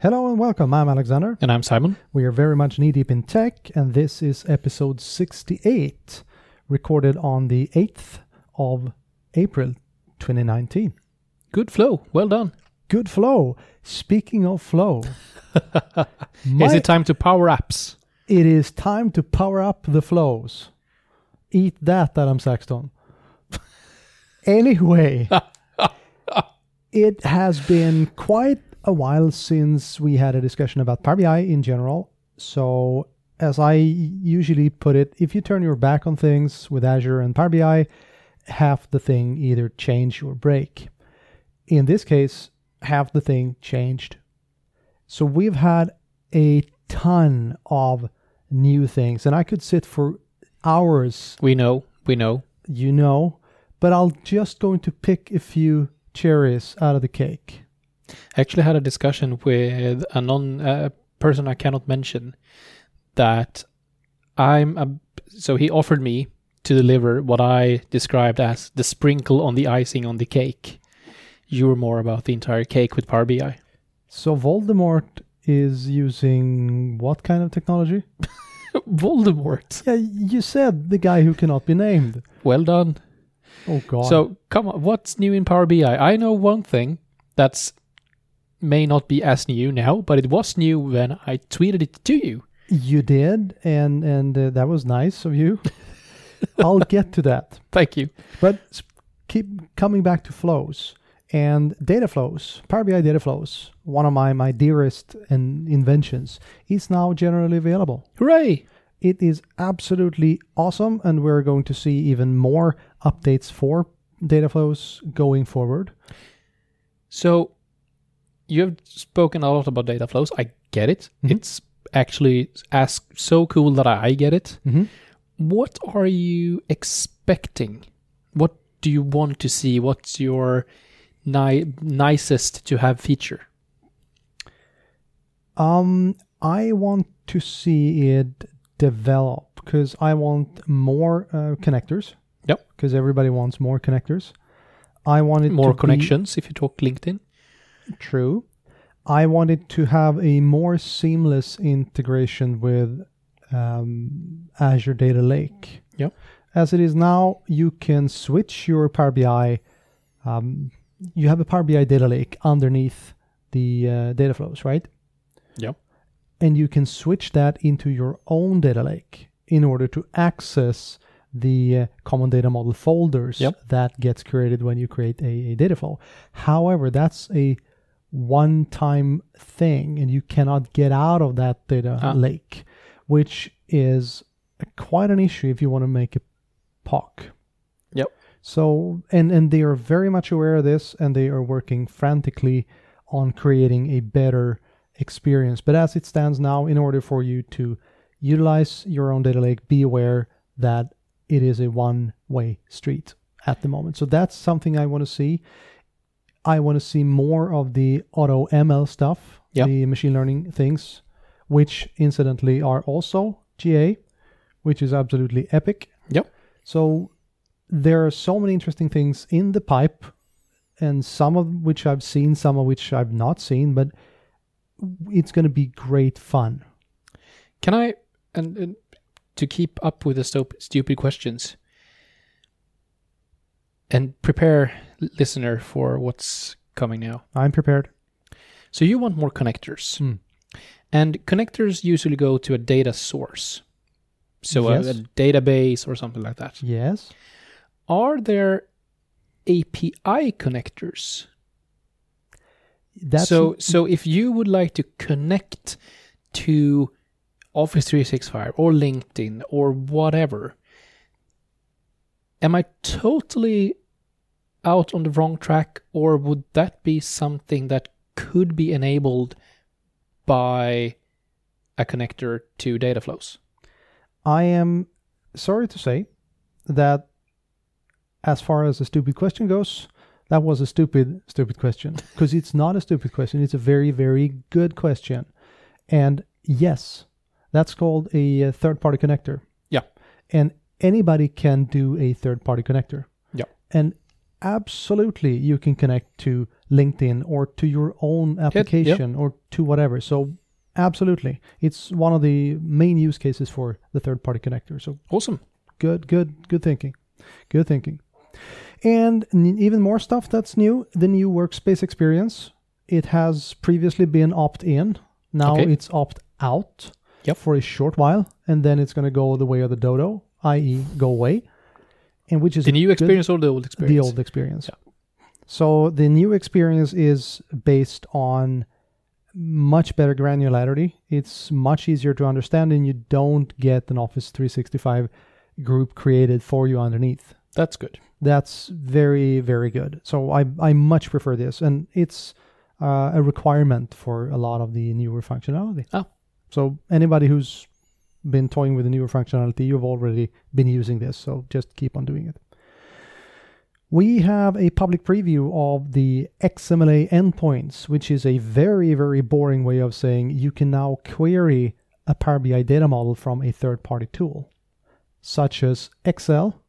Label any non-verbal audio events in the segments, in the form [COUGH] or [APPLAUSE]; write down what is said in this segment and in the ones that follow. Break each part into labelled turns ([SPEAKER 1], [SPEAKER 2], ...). [SPEAKER 1] Hello and welcome. I'm Alexander.
[SPEAKER 2] And I'm Simon.
[SPEAKER 1] We are very much knee deep in tech, and this is episode 68, recorded on the 8th of April 2019.
[SPEAKER 2] Good flow. Well done.
[SPEAKER 1] Good flow. Speaking of flow, my-
[SPEAKER 2] [LAUGHS] Is it time to power apps?
[SPEAKER 1] it is time to power up the flows. Eat that, Adam Saxton. [LAUGHS] anyway, it has been quite a while since we had a discussion about Power BI in general. So, as I usually put it, if you turn your back on things with Azure and Power BI, half the thing either change or break. In this case, half the thing changed. So we've had a ton of new things, and I could sit for hours,
[SPEAKER 2] We know. We know.
[SPEAKER 1] you know, but I'll just going to pick a few cherries out of the cake.
[SPEAKER 2] I actually had a discussion with a non uh, person I cannot mention that I'm a, so he offered me to deliver what I described as the sprinkle on the icing on the cake. You were more about the entire cake with Power BI.
[SPEAKER 1] So Voldemort is using what kind of technology?
[SPEAKER 2] Voldemort.
[SPEAKER 1] Yeah, you said the guy who cannot be named.
[SPEAKER 2] Well done.
[SPEAKER 1] [LAUGHS] Oh god.
[SPEAKER 2] So come on, what's new in Power BI? I know one thing that's may not be as new now, but it was new when I tweeted it to you. [LAUGHS]
[SPEAKER 1] you did and and uh, that was nice of [LAUGHS] you. I'll get to that.
[SPEAKER 2] Thank you.
[SPEAKER 1] But s- keep coming back to flows and data flows, Power BI data flows, one of my, my dearest and inventions, is now generally available.
[SPEAKER 2] Hooray!
[SPEAKER 1] It is absolutely awesome, and we're going to see even more updates for data flows going forward.
[SPEAKER 2] So you have spoken a lot about data flows. I get it.
[SPEAKER 1] Mhm.
[SPEAKER 2] It's actually as so cool that I get it.
[SPEAKER 1] Mm-hmm.
[SPEAKER 2] What are you expecting? What do you want to see? What's your ni- nicest to have feature?
[SPEAKER 1] Um, I want to see it develop because I want more uh, connectors.
[SPEAKER 2] Yep.
[SPEAKER 1] Because everybody wants more connectors. I want it
[SPEAKER 2] More
[SPEAKER 1] to be-
[SPEAKER 2] connections if you talk LinkedIn.
[SPEAKER 1] True. I wanted to have a more seamless integration with um, Azure Data Lake.
[SPEAKER 2] Yep.
[SPEAKER 1] As it is now, you can switch your Power BI. Um, you have a Power BI data lake underneath the uh, data flows, right?
[SPEAKER 2] Yep.
[SPEAKER 1] And you can switch that into your own data lake in order to access the uh, common data model folders
[SPEAKER 2] Yep.
[SPEAKER 1] that gets created when you create a, a data flow. However, that's a one time thing and you cannot get out of that data
[SPEAKER 2] Ah.
[SPEAKER 1] lake, which is a- quite an issue if you want to make a POC.
[SPEAKER 2] Yep.
[SPEAKER 1] So and and they are very much aware of this and they are working frantically on creating a better experience. But as it stands now, in order for you to utilize your own data lake, be aware that it is a one way street at the moment. So that's something I want to see. I want to see more of the auto ML stuff,
[SPEAKER 2] Yeah.
[SPEAKER 1] the machine learning things, which incidentally are also GA, which is absolutely epic.
[SPEAKER 2] Yep.
[SPEAKER 1] So there are so many interesting things in the pipe, and some of which I've seen, some of which I've not seen, but it's going to be great fun.
[SPEAKER 2] Can I and, and to keep up with the stop, stupid questions and prepare l- listener for what's coming now.
[SPEAKER 1] I'm prepared.
[SPEAKER 2] So you want more connectors,
[SPEAKER 1] Hmm.
[SPEAKER 2] and connectors usually go to a data source, so a- a,
[SPEAKER 1] Yes.
[SPEAKER 2] database or something like that.
[SPEAKER 1] Yes.
[SPEAKER 2] Are there API connectors?
[SPEAKER 1] That's
[SPEAKER 2] so so if you would like to connect to Office 365 or LinkedIn or whatever, am I totally out on the wrong track or would that be something that could be enabled by a connector to data flows?
[SPEAKER 1] I am sorry to say that as far as the stupid question goes, that was a stupid, stupid question. Because it's not a stupid question, it's a very, very good question. And yes, that's called a third party connector.
[SPEAKER 2] Yeah.
[SPEAKER 1] And anybody can do a third party connector.
[SPEAKER 2] Yeah.
[SPEAKER 1] And absolutely, you can connect to LinkedIn or to your own application or to whatever. So absolutely, it's one of the main use cases for the third-party connector. So
[SPEAKER 2] Awesome.
[SPEAKER 1] good, good, good thinking, good thinking. And n- even more stuff that's new: the new workspace experience. It has previously been opt-in. Now
[SPEAKER 2] Okay.
[SPEAKER 1] it's opt-out
[SPEAKER 2] Yep.
[SPEAKER 1] for a short while, and then it's going to go the way of the dodo, i.e., go away. And which is
[SPEAKER 2] The new
[SPEAKER 1] good-
[SPEAKER 2] experience or the old experience?
[SPEAKER 1] the old experience. So the new experience is based on much better granularity. It's much easier to understand, and you don't get an Office 365 group created for you underneath.
[SPEAKER 2] That's good.
[SPEAKER 1] That's very, very good. So I, I much prefer this, and it's uh, a requirement for a lot of the newer functionality.
[SPEAKER 2] Oh.
[SPEAKER 1] So anybody who's been toying with the newer functionality, you've already been using this, so just keep on doing it. We have a public preview of the XMLA endpoints, which is a very, very boring way of saying you can now query a Power BI data model from a third party tool, such as Excel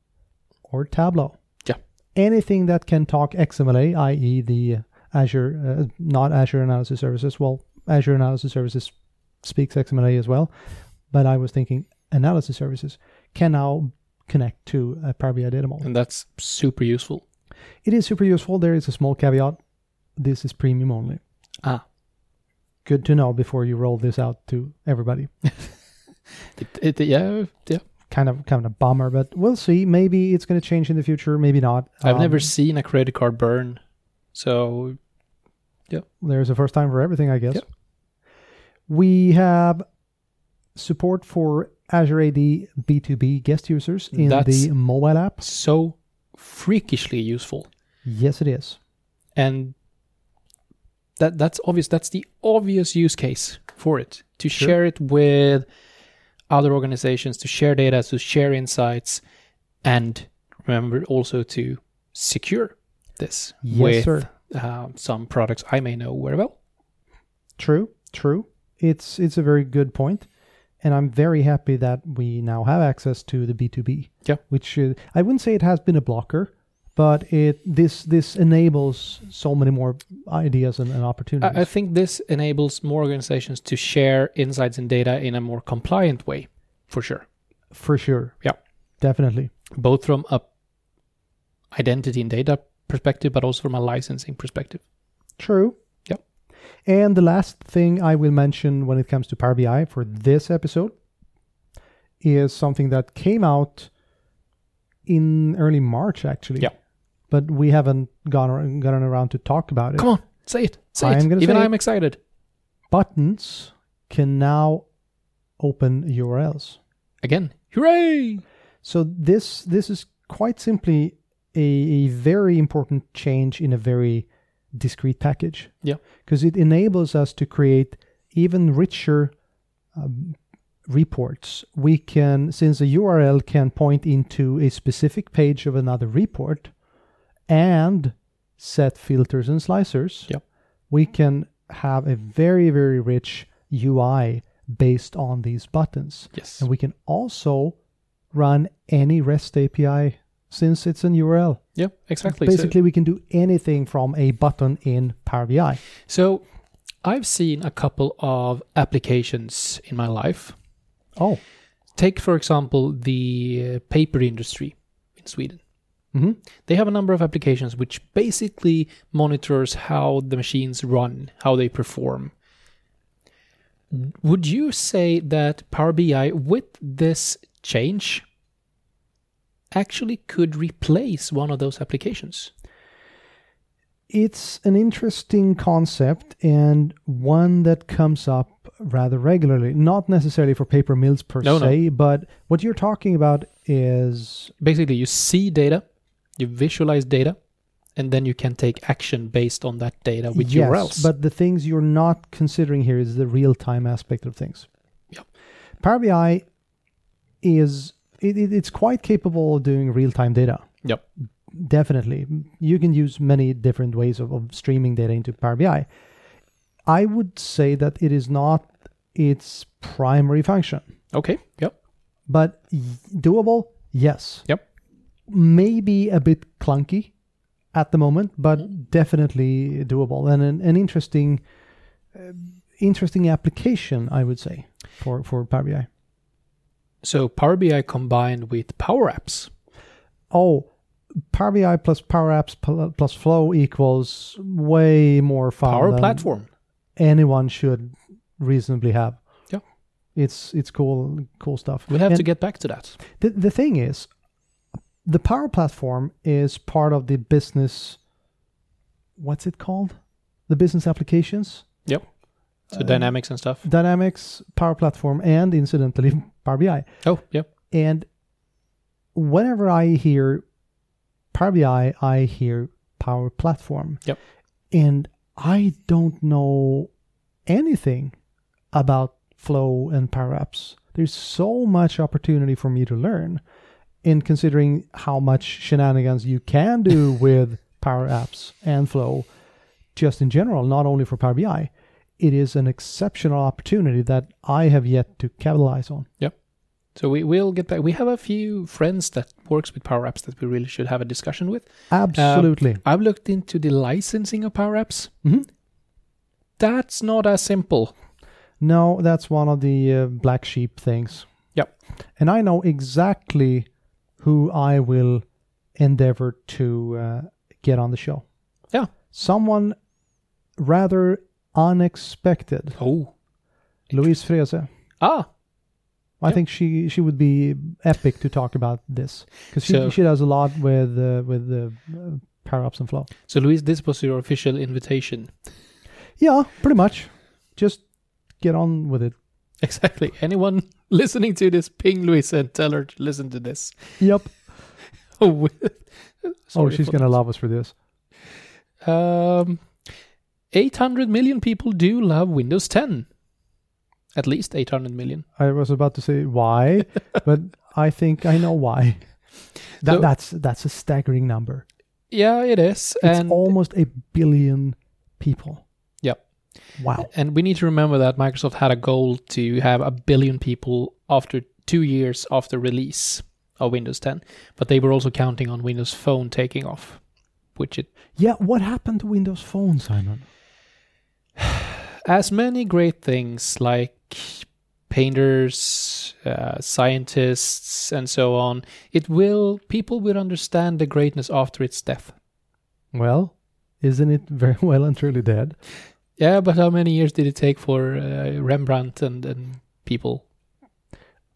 [SPEAKER 1] or Tableau.
[SPEAKER 2] Yeah.
[SPEAKER 1] Anything that can talk XMLA, i.e., the Azure, uh, not Azure Analysis Services. Well, Azure Analysis Services speaks XMLA as well, but I was thinking analysis services can now connect to a Power BI data model.
[SPEAKER 2] And that's super useful.
[SPEAKER 1] It is super useful. There is a small caveat. This is premium only.
[SPEAKER 2] Ah.
[SPEAKER 1] Good to know before you roll this out to everybody.
[SPEAKER 2] It, it, yeah, yeah.
[SPEAKER 1] Kind of kind of a bummer, but we'll see. Maybe it's going to change in the future, maybe not.
[SPEAKER 2] I've
[SPEAKER 1] Um,
[SPEAKER 2] never seen a credit card burn. So
[SPEAKER 1] Um, There's a first time for everything, I guess.
[SPEAKER 2] Yep.
[SPEAKER 1] We have support for Azure AD B2B guest users in
[SPEAKER 2] That's-
[SPEAKER 1] the mobile app.
[SPEAKER 2] so freakishly useful.
[SPEAKER 1] Yes, it is.
[SPEAKER 2] and that that's obvious that's the obvious use case for it to
[SPEAKER 1] Sure.
[SPEAKER 2] share it with other organizations to share data to share insights and remember also to secure this
[SPEAKER 1] Yes,
[SPEAKER 2] with
[SPEAKER 1] sir.
[SPEAKER 2] uh, some products i may know very well
[SPEAKER 1] True, true. It's it's a very good point, and I'm very happy that we now have access to the B2B.
[SPEAKER 2] Yeah.
[SPEAKER 1] Which uh, I wouldn't say it has been a blocker, but it this this enables so many more ideas and, and opportunities.
[SPEAKER 2] I, I think this enables more organizations to share insights and data in a more compliant way for sure
[SPEAKER 1] for sure.
[SPEAKER 2] Yeah.
[SPEAKER 1] Definitely.
[SPEAKER 2] both from a identity and data perspective but also from a licensing perspective
[SPEAKER 1] True.
[SPEAKER 2] Yep.
[SPEAKER 1] And the last thing I will mention when it comes to Power BI for this episode is something that came out in early March, actually.
[SPEAKER 2] Yeah.
[SPEAKER 1] But we haven't gone ar- gotten around to talk about it.
[SPEAKER 2] Come on, say it. Say
[SPEAKER 1] I'm
[SPEAKER 2] it.
[SPEAKER 1] gonna
[SPEAKER 2] Even
[SPEAKER 1] say
[SPEAKER 2] I'm excited.
[SPEAKER 1] Buttons can now open URLs.
[SPEAKER 2] Again. Hooray!
[SPEAKER 1] So this this is quite simply a, a very important change in a very discrete package.
[SPEAKER 2] Yeah.
[SPEAKER 1] because it enables us to create even richer um, reports. We can, since a URL can point into a specific page of another report, and set filters and slicers.
[SPEAKER 2] Yep.
[SPEAKER 1] We can have a very very rich UI based on these buttons.
[SPEAKER 2] Yes.
[SPEAKER 1] And we can also run any REST API since it's an URL.
[SPEAKER 2] yeah, exactly.
[SPEAKER 1] Basically, we can do anything from a button in Power BI.
[SPEAKER 2] So, so I've seen a couple of applications in my life.
[SPEAKER 1] Oh,
[SPEAKER 2] Take, for example, the uh, paper industry in Sweden.
[SPEAKER 1] hmm
[SPEAKER 2] They have a number of applications which basically monitors how the machines run, how they perform. Would you say that Power BI with this change actually could replace one of those applications?
[SPEAKER 1] it's an interesting concept and one that comes up rather regularly. Not necessarily for paper mills per
[SPEAKER 2] No, no.
[SPEAKER 1] se, but what you're talking about is
[SPEAKER 2] Basically, you see data, you visualize data, and then you can take action based on that data with
[SPEAKER 1] yes,
[SPEAKER 2] URLs.
[SPEAKER 1] But the things you're not considering here is the real time aspect of things.
[SPEAKER 2] Yep.
[SPEAKER 1] Power BI is it, it, it's quite capable of doing real time data.
[SPEAKER 2] yep.
[SPEAKER 1] Definitely. You can use many different ways of, of streaming data into Power BI. I would say that it is not its primary function,
[SPEAKER 2] Okay. Yep.
[SPEAKER 1] but y- doable, yes.
[SPEAKER 2] Yep.
[SPEAKER 1] Maybe a bit clunky at the moment, but definitely doable and an, an interesting, uh, interesting application, I would say, for for Power BI.
[SPEAKER 2] So Power BI combined with Power Apps.
[SPEAKER 1] Oh, Power BI plus Power Apps pl- plus Flow equals way more fun.
[SPEAKER 2] Power
[SPEAKER 1] than
[SPEAKER 2] Platform.
[SPEAKER 1] Anyone should reasonably have.
[SPEAKER 2] Yeah.
[SPEAKER 1] It's it's cool cool stuff.
[SPEAKER 2] We'll have
[SPEAKER 1] And
[SPEAKER 2] to get back to that.
[SPEAKER 1] The, the thing is, the Power Platform is part of the business. What's it called? The business applications,
[SPEAKER 2] Yep. So dynamics and stuff.
[SPEAKER 1] Dynamics, Power Platform, and incidentally [LAUGHS] Power BI.
[SPEAKER 2] Oh, yep.
[SPEAKER 1] And whenever I hear Power BI, I hear Power Platform.
[SPEAKER 2] Yep.
[SPEAKER 1] And I don't know anything about Flow and Power Apps. There's so much opportunity for me to learn in considering how much shenanigans you can do with Power Apps and Flow just in general, not only for Power BI. It is an exceptional opportunity that I have yet to capitalize on.
[SPEAKER 2] So we will get back. We have a few friends that works with Power Apps that we really should have a discussion with.
[SPEAKER 1] Absolutely.
[SPEAKER 2] I've looked into the licensing of Power Apps.
[SPEAKER 1] Mhm.
[SPEAKER 2] That's not as simple.
[SPEAKER 1] No, that's one of the uh, black sheep things.
[SPEAKER 2] Yep.
[SPEAKER 1] And I know exactly who I will endeavor to uh, get on the show.
[SPEAKER 2] Yeah.
[SPEAKER 1] Someone rather unexpected,
[SPEAKER 2] Oh.
[SPEAKER 1] Louise Frese.
[SPEAKER 2] Ah,
[SPEAKER 1] I
[SPEAKER 2] Yeah.
[SPEAKER 1] think she she would be epic to talk about this because she,
[SPEAKER 2] So-
[SPEAKER 1] she does a lot with uh, with the uh, power ups and flow.
[SPEAKER 2] so Luis, this was your official invitation. [LAUGHS]
[SPEAKER 1] Yeah, pretty much. Just get on with it.
[SPEAKER 2] Exactly. Anyone [LAUGHS] listening to this, ping Luis and tell her to listen to this. [LAUGHS]
[SPEAKER 1] Yep.
[SPEAKER 2] Oh,
[SPEAKER 1] oh,
[SPEAKER 2] sorry
[SPEAKER 1] she's
[SPEAKER 2] for
[SPEAKER 1] gonna
[SPEAKER 2] that.
[SPEAKER 1] love us for this.
[SPEAKER 2] Um, 800 million people do love Windows 10. At least 800 million.
[SPEAKER 1] I was about to say
[SPEAKER 2] [LAUGHS]
[SPEAKER 1] why, but I think I know why. That,
[SPEAKER 2] So-
[SPEAKER 1] that's that's a staggering number.
[SPEAKER 2] Yeah, it is.
[SPEAKER 1] It's
[SPEAKER 2] and,
[SPEAKER 1] almost a billion people.
[SPEAKER 2] Yep.
[SPEAKER 1] Wow.
[SPEAKER 2] and we need to remember that Microsoft had a goal to have a billion people after two years after release of Windows 10. But they were also counting on Windows Phone taking off, which it
[SPEAKER 1] Yeah. What happened to Windows Phone, Simon?
[SPEAKER 2] as many great things like painters, uh, scientists, and so on. It will people will understand the greatness after its death.
[SPEAKER 1] Well, isn't it very [LAUGHS] well and truly dead?
[SPEAKER 2] Yeah, but how many years did it take for uh, Rembrandt and, and people?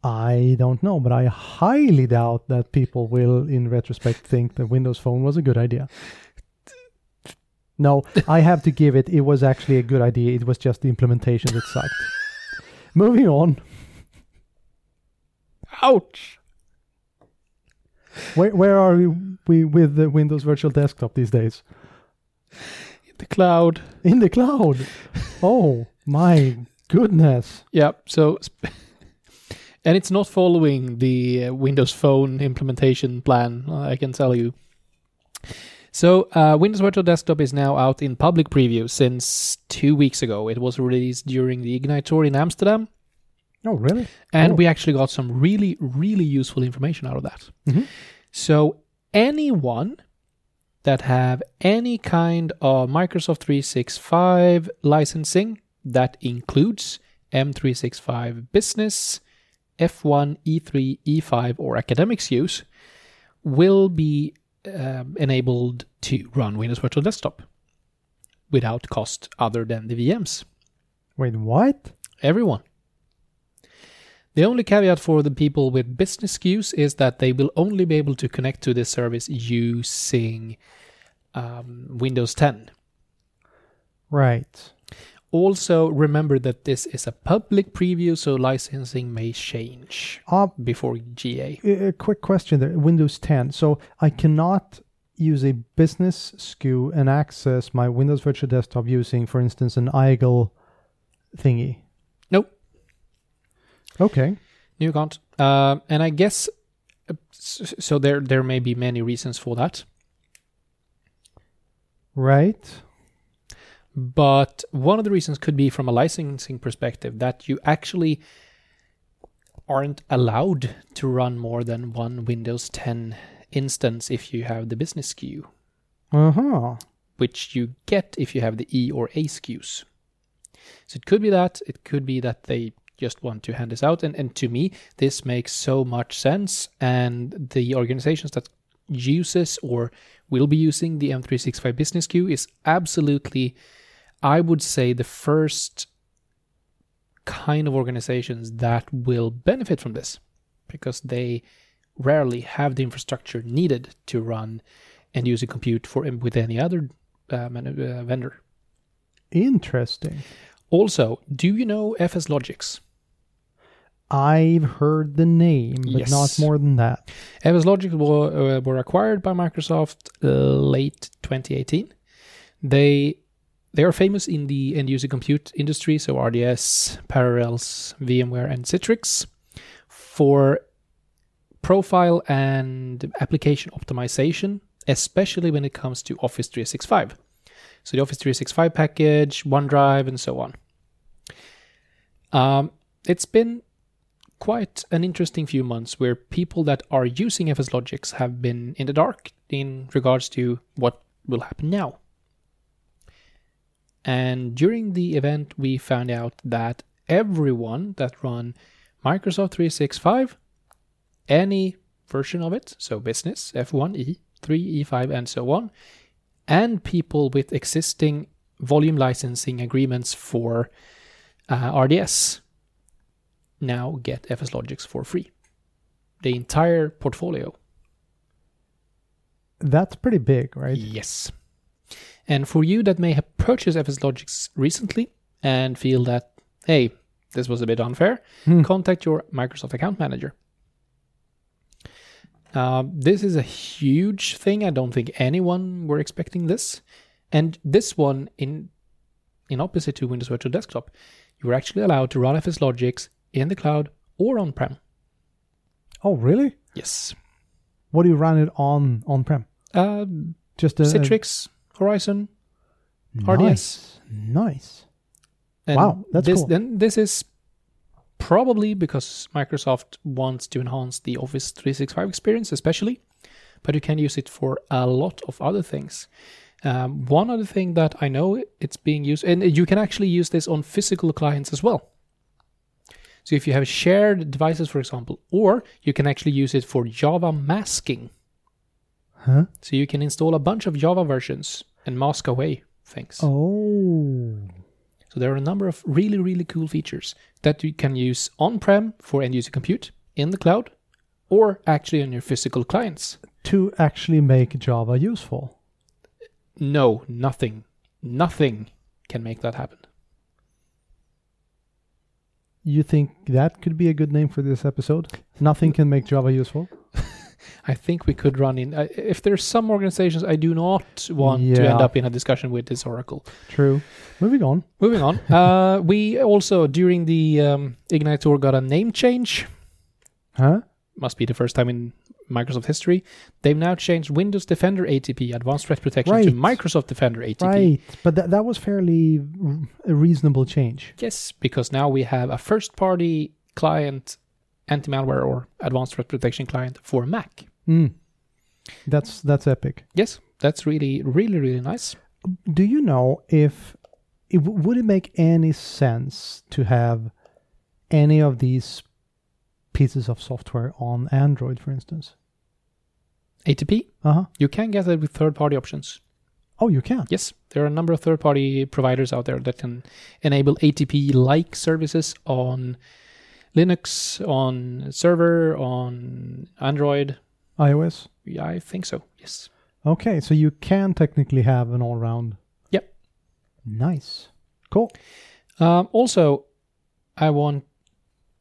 [SPEAKER 1] I don't know, but I highly doubt that people will, in retrospect, think that Windows Phone was a good idea. No, I have to give it. It was actually a good idea. It was just the implementation that sucked.
[SPEAKER 2] [LAUGHS]
[SPEAKER 1] Moving on.
[SPEAKER 2] Ouch!
[SPEAKER 1] Where, where are we, we with the Windows Virtual Desktop these days?
[SPEAKER 2] The cloud.
[SPEAKER 1] In the [LAUGHS] cloud. Oh my goodness.
[SPEAKER 2] Yeah. So, sp- [LAUGHS] and it's not following the uh, Windows Phone implementation plan. I can tell you. So, uh, Windows Virtual Desktop is now out in public preview since two weeks ago. It was released during the Ignite tour in Amsterdam,
[SPEAKER 1] Oh, really?
[SPEAKER 2] and
[SPEAKER 1] Oh.
[SPEAKER 2] we actually got some really, really useful information out of that.
[SPEAKER 1] Mhm.
[SPEAKER 2] So, anyone that have any kind of Microsoft 365 licensing that includes M365 Business, E F1, E3, E5, or Academics use will be um, enabled to run Windows Virtual Desktop without cost other than the VMs.
[SPEAKER 1] Wait, what?
[SPEAKER 2] Everyone. The only caveat for the people with business SKUs is that they will only be able to connect to this service using um, Windows 10.
[SPEAKER 1] Right.
[SPEAKER 2] Also, remember that this is a public preview, so licensing may change
[SPEAKER 1] Uh,
[SPEAKER 2] before GA.
[SPEAKER 1] a a quick question there Windows 10. So I cannot use a business SKU and access my Windows Virtual Desktop using, for instance, an IGL thingy.
[SPEAKER 2] Nope,
[SPEAKER 1] Okay.
[SPEAKER 2] you can't. Um, and I guess uh, s- so. There, there may be many reasons for that.
[SPEAKER 1] Right.
[SPEAKER 2] But one of the reasons could be from a licensing perspective that you actually aren't allowed to run more than one Windows 10 instance if you have the business SKU
[SPEAKER 1] Uh huh.
[SPEAKER 2] which you get if you have the E or A SKUs. So it could be that, it could be that they just want to hand this out. And, and to me, this makes so much sense. And the organizations that uses or will be using the M365 business queue is absolutely, I would say, the first kind of organizations that will benefit from this because they rarely have the infrastructure needed to run and user compute for with any other uh, manu- uh, vendor.
[SPEAKER 1] Interesting.
[SPEAKER 2] Also, do you know FS Logics?
[SPEAKER 1] I've heard the name, but not
[SPEAKER 2] Yes.
[SPEAKER 1] more than that.
[SPEAKER 2] FS Logics were, uh, were acquired by Microsoft uh, late 2018. They they are famous in the end user compute industry, so RDS, Parallels, VMware, and Citrix for profile and application optimization, especially when it comes to Office 365. So the Office 365 package, OneDrive, and so on. Um, it's been quite an interesting few months where people that are using FS Logics have been in the dark in regards to what will happen now. And during the event, we found out that everyone that run Microsoft 365, any version of it, so business, F1, E, 3, E5, and so on, and people with existing volume licensing agreements for uh, RDS now get FS Logics for free. The entire portfolio.
[SPEAKER 1] That's pretty big, right?
[SPEAKER 2] Yes. And for you that may have purchased FS Logics recently and feel that, hey, this was a bit unfair,
[SPEAKER 1] Hmm.
[SPEAKER 2] contact your Microsoft account manager. Uh, this is a huge thing. I don't think anyone were expecting this. And this one, in in opposite to Windows Virtual Desktop, you were actually allowed to run FS Logics in the cloud or on prem.
[SPEAKER 1] Oh, really?
[SPEAKER 2] Yes.
[SPEAKER 1] What do you run it on on prem?
[SPEAKER 2] Uh,
[SPEAKER 1] Just a
[SPEAKER 2] Citrix,
[SPEAKER 1] Uh,
[SPEAKER 2] Horizon, RDS.
[SPEAKER 1] Nice. Nice.
[SPEAKER 2] And
[SPEAKER 1] Wow, that's
[SPEAKER 2] this,
[SPEAKER 1] cool.
[SPEAKER 2] Then this is probably because Microsoft wants to enhance the Office 365 experience, especially, but you can use it for a lot of other things. Um, one other thing that I know it's being used, and you can actually use this on physical clients as well. So if you have shared devices, for example, or you can actually use it for Java masking.
[SPEAKER 1] Huh?
[SPEAKER 2] So you can install a bunch of Java versions and mask away things.
[SPEAKER 1] Oh.
[SPEAKER 2] So there are a number of really, really cool features that you can use on prem for end user compute, in the cloud, or actually on your physical clients.
[SPEAKER 1] To actually make Java useful.
[SPEAKER 2] No, nothing, nothing can make that happen.
[SPEAKER 1] You think that could be a good name for this episode? Nothing can make Java useful.
[SPEAKER 2] I think we could run in. I- If there's some organizations I do not want to end
[SPEAKER 1] Yeah.
[SPEAKER 2] up in a discussion with this Oracle.
[SPEAKER 1] True. Moving on.
[SPEAKER 2] Moving on, uh, [LAUGHS] we also during the um, Ignite tour got a name change.
[SPEAKER 1] Huh?
[SPEAKER 2] Must be the first time in Microsoft history. They've now changed Windows Defender ATP Advanced Threat Protection to
[SPEAKER 1] Right.
[SPEAKER 2] Microsoft Defender ATP.
[SPEAKER 1] Right. But that that was fairly r- a reasonable change.
[SPEAKER 2] Yes, because now we have a first party client, anti malware or advanced threat protection client for Mac.
[SPEAKER 1] Mm. That's that's epic.
[SPEAKER 2] Yes, that's really, really, really nice.
[SPEAKER 1] Do you know if it, w- would it make any sense to have any of these pieces of software on Android, for instance?
[SPEAKER 2] ATP,
[SPEAKER 1] Uh huh.
[SPEAKER 2] you can get it with third party options.
[SPEAKER 1] Oh, you can.
[SPEAKER 2] Yes, there are a number of third party providers out there that can enable ATP like services on Linux, on server, on Android.
[SPEAKER 1] iOS.
[SPEAKER 2] Yeah, I think so. Yes.
[SPEAKER 1] Okay, so you can technically have an all-round.
[SPEAKER 2] Yep.
[SPEAKER 1] Nice. Cool.
[SPEAKER 2] Um, also, I want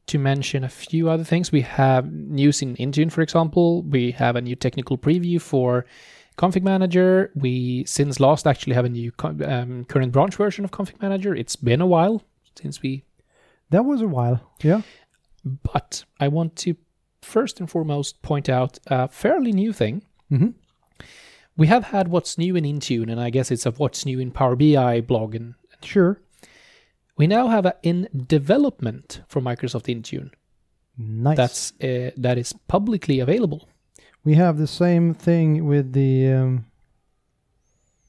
[SPEAKER 2] to mention a few other things. We have news in Intune, for example. We have a new technical preview for Config Manager. We, since last, actually have a new con- um, current branch version of Config Manager. It's been a while since we,
[SPEAKER 1] That was a while. Yeah.
[SPEAKER 2] but I want to first and foremost point out a fairly new thing.
[SPEAKER 1] Mhm.
[SPEAKER 2] We have had what's new in Intune, and I guess it's a what's new in Power BI blog and
[SPEAKER 1] Sure.
[SPEAKER 2] We now have a in development for Microsoft Intune
[SPEAKER 1] Nice.
[SPEAKER 2] that's uh, that is publicly available.
[SPEAKER 1] we have the same thing with the um,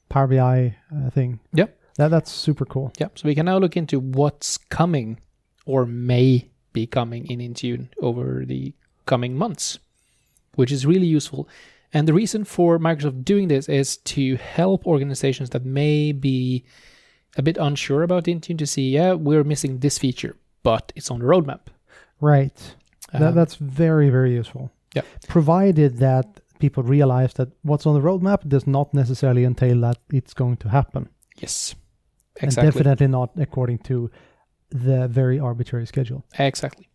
[SPEAKER 1] Power BI uh, thing.
[SPEAKER 2] Yep.
[SPEAKER 1] That, that's super cool.
[SPEAKER 2] Yeah, so we can now look into what's coming or may be coming in Intune over the coming months, which is really useful. And the reason for Microsoft doing this is to help organizations that may be a bit unsure about Intune to see, yeah, we're missing this feature, but it's on the roadmap.
[SPEAKER 1] Right.
[SPEAKER 2] Um,
[SPEAKER 1] that, that's very, very useful.
[SPEAKER 2] Yep.
[SPEAKER 1] Provided that people realize that what's on the roadmap does not necessarily entail that it's going to happen.
[SPEAKER 2] yes, exactly.
[SPEAKER 1] And definitely not according to the very arbitrary schedule.
[SPEAKER 2] Exactly.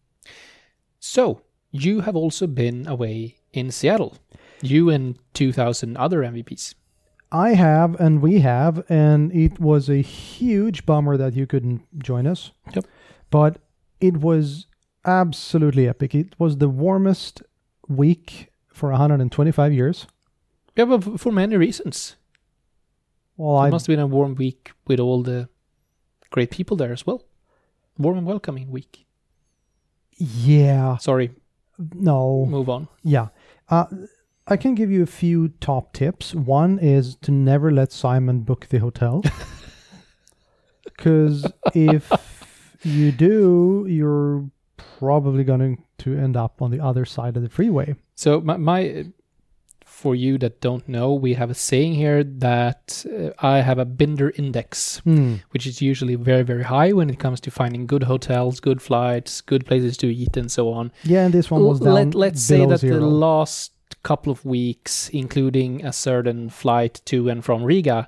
[SPEAKER 2] So you have also been away in Seattle, you and 2,000 other MVPs.
[SPEAKER 1] I have, and we have, and it was a huge bummer that you couldn't join us.
[SPEAKER 2] Yep.
[SPEAKER 1] But it was absolutely epic. It was the warmest week for 125 years.
[SPEAKER 2] Yeah, but f- for many reasons.
[SPEAKER 1] Well,
[SPEAKER 2] It
[SPEAKER 1] I
[SPEAKER 2] must have been a warm week with all the great people there as well. Warm and welcoming week.
[SPEAKER 1] yeah,
[SPEAKER 2] Sorry,
[SPEAKER 1] no,
[SPEAKER 2] move on.
[SPEAKER 1] yeah. Uh, I can give you a few top tips. One is to never let Simon book the
[SPEAKER 2] [LAUGHS]
[SPEAKER 1] hotel, because if you do, you're probably going to end up on the other side of the freeway.
[SPEAKER 2] So my, my for you that don't know, we have a saying here that uh, I have a Binder index,
[SPEAKER 1] Hmm.
[SPEAKER 2] which is usually very very high when it comes to finding good hotels, good flights, good places to eat, and so on.
[SPEAKER 1] Yeah, and this one was down
[SPEAKER 2] L- Let, let's say
[SPEAKER 1] below
[SPEAKER 2] that
[SPEAKER 1] zero.
[SPEAKER 2] the last couple of weeks, including a certain flight to and from Riga,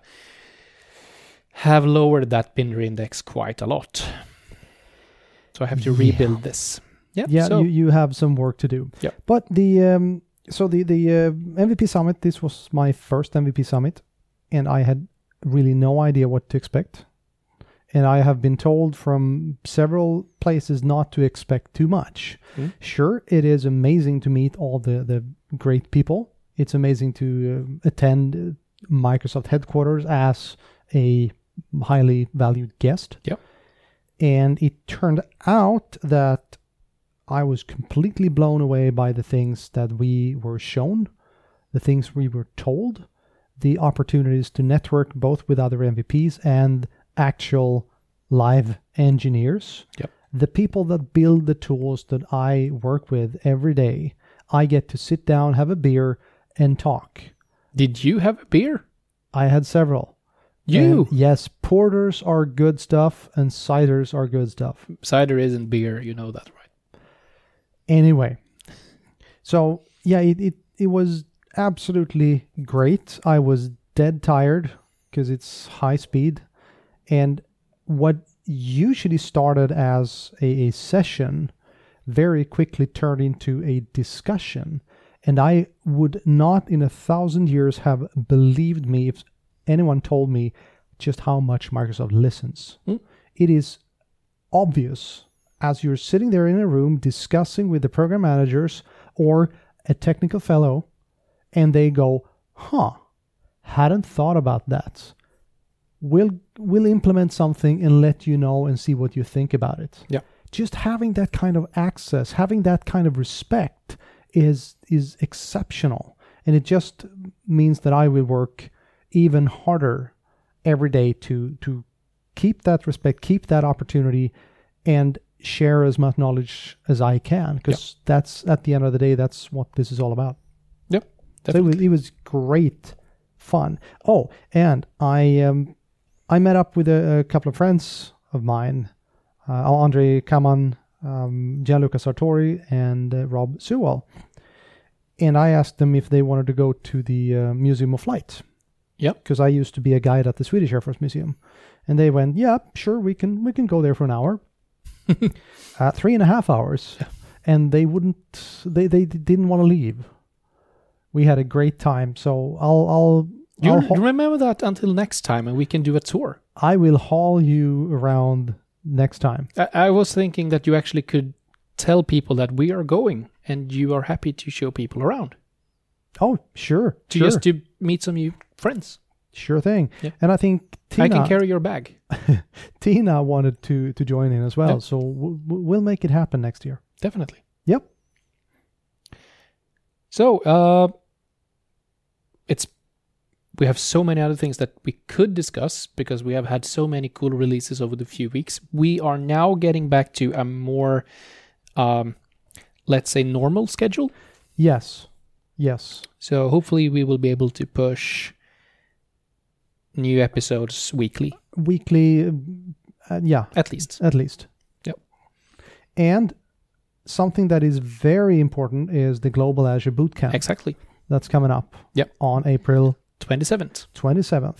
[SPEAKER 2] have lowered that Binder index quite a lot. So I have to
[SPEAKER 1] Yeah.
[SPEAKER 2] rebuild this. Yeah.
[SPEAKER 1] yeah,
[SPEAKER 2] so,
[SPEAKER 1] you, you have some work to do.
[SPEAKER 2] Yeah.
[SPEAKER 1] But the um, so the the uh, MVP summit. This was my first MVP summit, and I had really no idea what to expect. And I have been told from several places not to expect too much.
[SPEAKER 2] Mm.
[SPEAKER 1] Sure, it is amazing to meet all the the great people. It's amazing to um attend uh, Microsoft headquarters as a highly valued guest.
[SPEAKER 2] Yep.
[SPEAKER 1] And it turned out that I was completely blown away by the things that we were shown, the things we were told, the opportunities to network both with other MVPs and actual live engineers.
[SPEAKER 2] Yep.
[SPEAKER 1] The people that build the tools that I work with every day, I get to sit down, have a beer, and talk.
[SPEAKER 2] did you have a beer?
[SPEAKER 1] I had several.
[SPEAKER 2] You
[SPEAKER 1] And yes, porters are good stuff and ciders are good stuff.
[SPEAKER 2] cider isn't beer, you know that, right?
[SPEAKER 1] anyway so yeah it, it it was absolutely great i was dead tired because it's high speed and what usually started as a, a session very quickly turned into a discussion and i would not in a thousand years have believed me if anyone told me just how much microsoft listens
[SPEAKER 2] Mm.
[SPEAKER 1] it is obvious as you're sitting there in a room discussing with the program managers or a technical fellow, and they go, huh, hadn't thought about that. We'll, we'll implement something and let you know and see what you think about it.
[SPEAKER 2] Yeah.
[SPEAKER 1] Just having that kind of access, having that kind of respect is, is exceptional. And it just means that I will work even harder every day to, to keep that respect, keep that opportunity, and share as much knowledge as I can because that's at the end of the day that's what this is all about.
[SPEAKER 2] Yep.
[SPEAKER 1] So it was, it was great fun. Oh, and I um, I met up with a, a couple of friends of mine, uh, Andre Kaman, um, Gianluca Sartori, and uh, Rob Sewell. And I asked them if they wanted to go to the uh, Museum of Light.
[SPEAKER 2] Yep.
[SPEAKER 1] Because I used to be a guide at the Swedish Air Force Museum, and they went, "Yeah, sure, we can we can go there for an hour, uh, three and a half hours." And they wouldn't. They they didn't want to leave we had a great time. So I'll I'll,
[SPEAKER 2] You
[SPEAKER 1] I'll
[SPEAKER 2] r-
[SPEAKER 1] ha-
[SPEAKER 2] remember that until next time, and we can do a tour.
[SPEAKER 1] I will haul you around next time.
[SPEAKER 2] I, I was thinking that you actually could tell people that we are going, and you are happy to show people around,
[SPEAKER 1] Oh sure,
[SPEAKER 2] to
[SPEAKER 1] sure,
[SPEAKER 2] just to meet some new friends.
[SPEAKER 1] sure thing.
[SPEAKER 2] Yeah.
[SPEAKER 1] And I think Tina
[SPEAKER 2] I can carry your bag.
[SPEAKER 1] Tina wanted to to join in as well.
[SPEAKER 2] Yeah.
[SPEAKER 1] So w- w- we'll make it happen next year.
[SPEAKER 2] Definitely.
[SPEAKER 1] Yep.
[SPEAKER 2] So, uh, it's we have so many other things that we could discuss because we have had so many cool releases over the few weeks. We are now getting back to a more, um, let's say, normal schedule.
[SPEAKER 1] Yes. Yes.
[SPEAKER 2] So hopefully we will be able to push new episodes weekly,
[SPEAKER 1] Weekly. Uh, yeah.
[SPEAKER 2] at least.
[SPEAKER 1] At least.
[SPEAKER 2] Yep.
[SPEAKER 1] And something that is very important is the Global Azure Bootcamp
[SPEAKER 2] Exactly.
[SPEAKER 1] that's coming up
[SPEAKER 2] Yep.
[SPEAKER 1] on April
[SPEAKER 2] 27th.
[SPEAKER 1] 27th.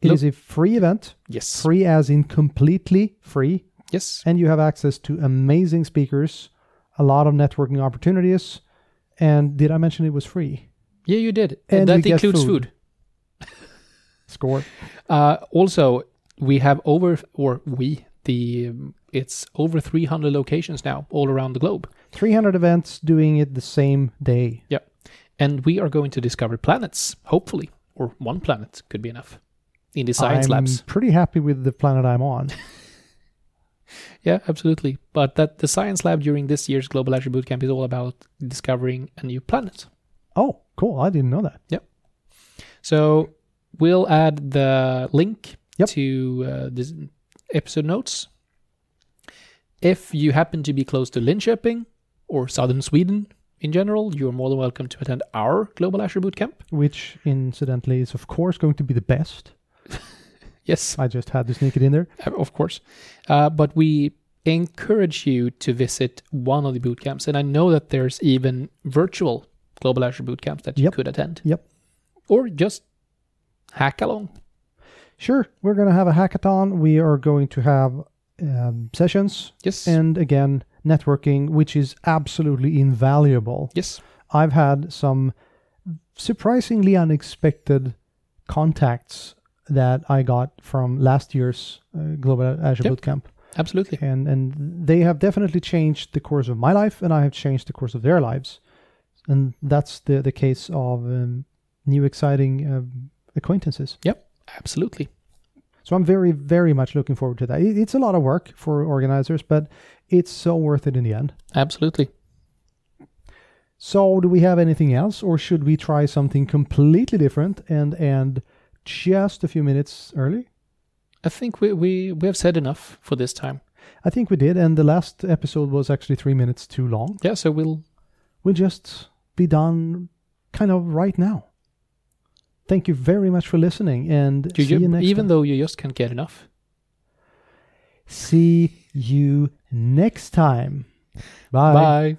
[SPEAKER 1] It
[SPEAKER 2] Look-
[SPEAKER 1] is a free event,
[SPEAKER 2] Yes.
[SPEAKER 1] free as in completely free,
[SPEAKER 2] Yes.
[SPEAKER 1] and you have access to amazing speakers, a lot of networking opportunities, and did I mention it was free?
[SPEAKER 2] Yeah, you did.
[SPEAKER 1] And
[SPEAKER 2] And
[SPEAKER 1] we
[SPEAKER 2] that
[SPEAKER 1] get
[SPEAKER 2] includes
[SPEAKER 1] food.
[SPEAKER 2] food.
[SPEAKER 1] Score.
[SPEAKER 2] Uh, also, we have over, or we, the um, it's over 300 locations now all around the globe.
[SPEAKER 1] 300 events doing it the same day.
[SPEAKER 2] Yeah. And we are going to discover planets, hopefully, or one planet could be enough in the science
[SPEAKER 1] I'm
[SPEAKER 2] labs.
[SPEAKER 1] pretty happy with the planet I'm
[SPEAKER 2] [LAUGHS]
[SPEAKER 1] on.
[SPEAKER 2] Yeah, absolutely. But that the science lab during this year's Global Azure Bootcamp is all about discovering a new planet.
[SPEAKER 1] Oh, cool. I didn't know that.
[SPEAKER 2] So we'll add the link
[SPEAKER 1] Yep.
[SPEAKER 2] to uh, this episode notes. If you happen to be close to Linköping or southern Sweden in general, you are more than welcome to attend our Global Azure Bootcamp.
[SPEAKER 1] Which, incidentally, is of course going to be the best.
[SPEAKER 2] Yes,
[SPEAKER 1] I just had to sneak it in there.
[SPEAKER 2] Uh, of course. Uh, but we encourage you to visit one of the boot camps. And I know that there's even virtual Global Azure boot camps that you
[SPEAKER 1] Yep.
[SPEAKER 2] could attend.
[SPEAKER 1] Yep.
[SPEAKER 2] Or just hack along.
[SPEAKER 1] Sure, we're going to have a hackathon. We are going to have um, sessions
[SPEAKER 2] Yes.
[SPEAKER 1] and again, networking, which is absolutely invaluable.
[SPEAKER 2] yes.
[SPEAKER 1] I've had some surprisingly unexpected contacts that I got from last year's uh, Global Azure
[SPEAKER 2] Yep.
[SPEAKER 1] Bootcamp,
[SPEAKER 2] Absolutely.
[SPEAKER 1] and and they have definitely changed the course of my life, and I have changed the course of their lives, and that's the the case of um, new exciting um, acquaintances.
[SPEAKER 2] Yep. Absolutely.
[SPEAKER 1] So I'm very very much looking forward to that. It- It's a lot of work for organizers, but it's so worth it in the end.
[SPEAKER 2] Absolutely.
[SPEAKER 1] So, do we have anything else, or should we try something completely different and end just a few minutes early?
[SPEAKER 2] I think we, we, we have said enough for this time.
[SPEAKER 1] I think we did, and the last episode was actually three minutes too long.
[SPEAKER 2] Yeah. So we'll,
[SPEAKER 1] We'll just be done kind of right now. Thank you very much for listening, and
[SPEAKER 2] you,
[SPEAKER 1] see you, next
[SPEAKER 2] even
[SPEAKER 1] time.
[SPEAKER 2] though you just can't get enough.
[SPEAKER 1] see you next time. Bye.
[SPEAKER 2] Bye.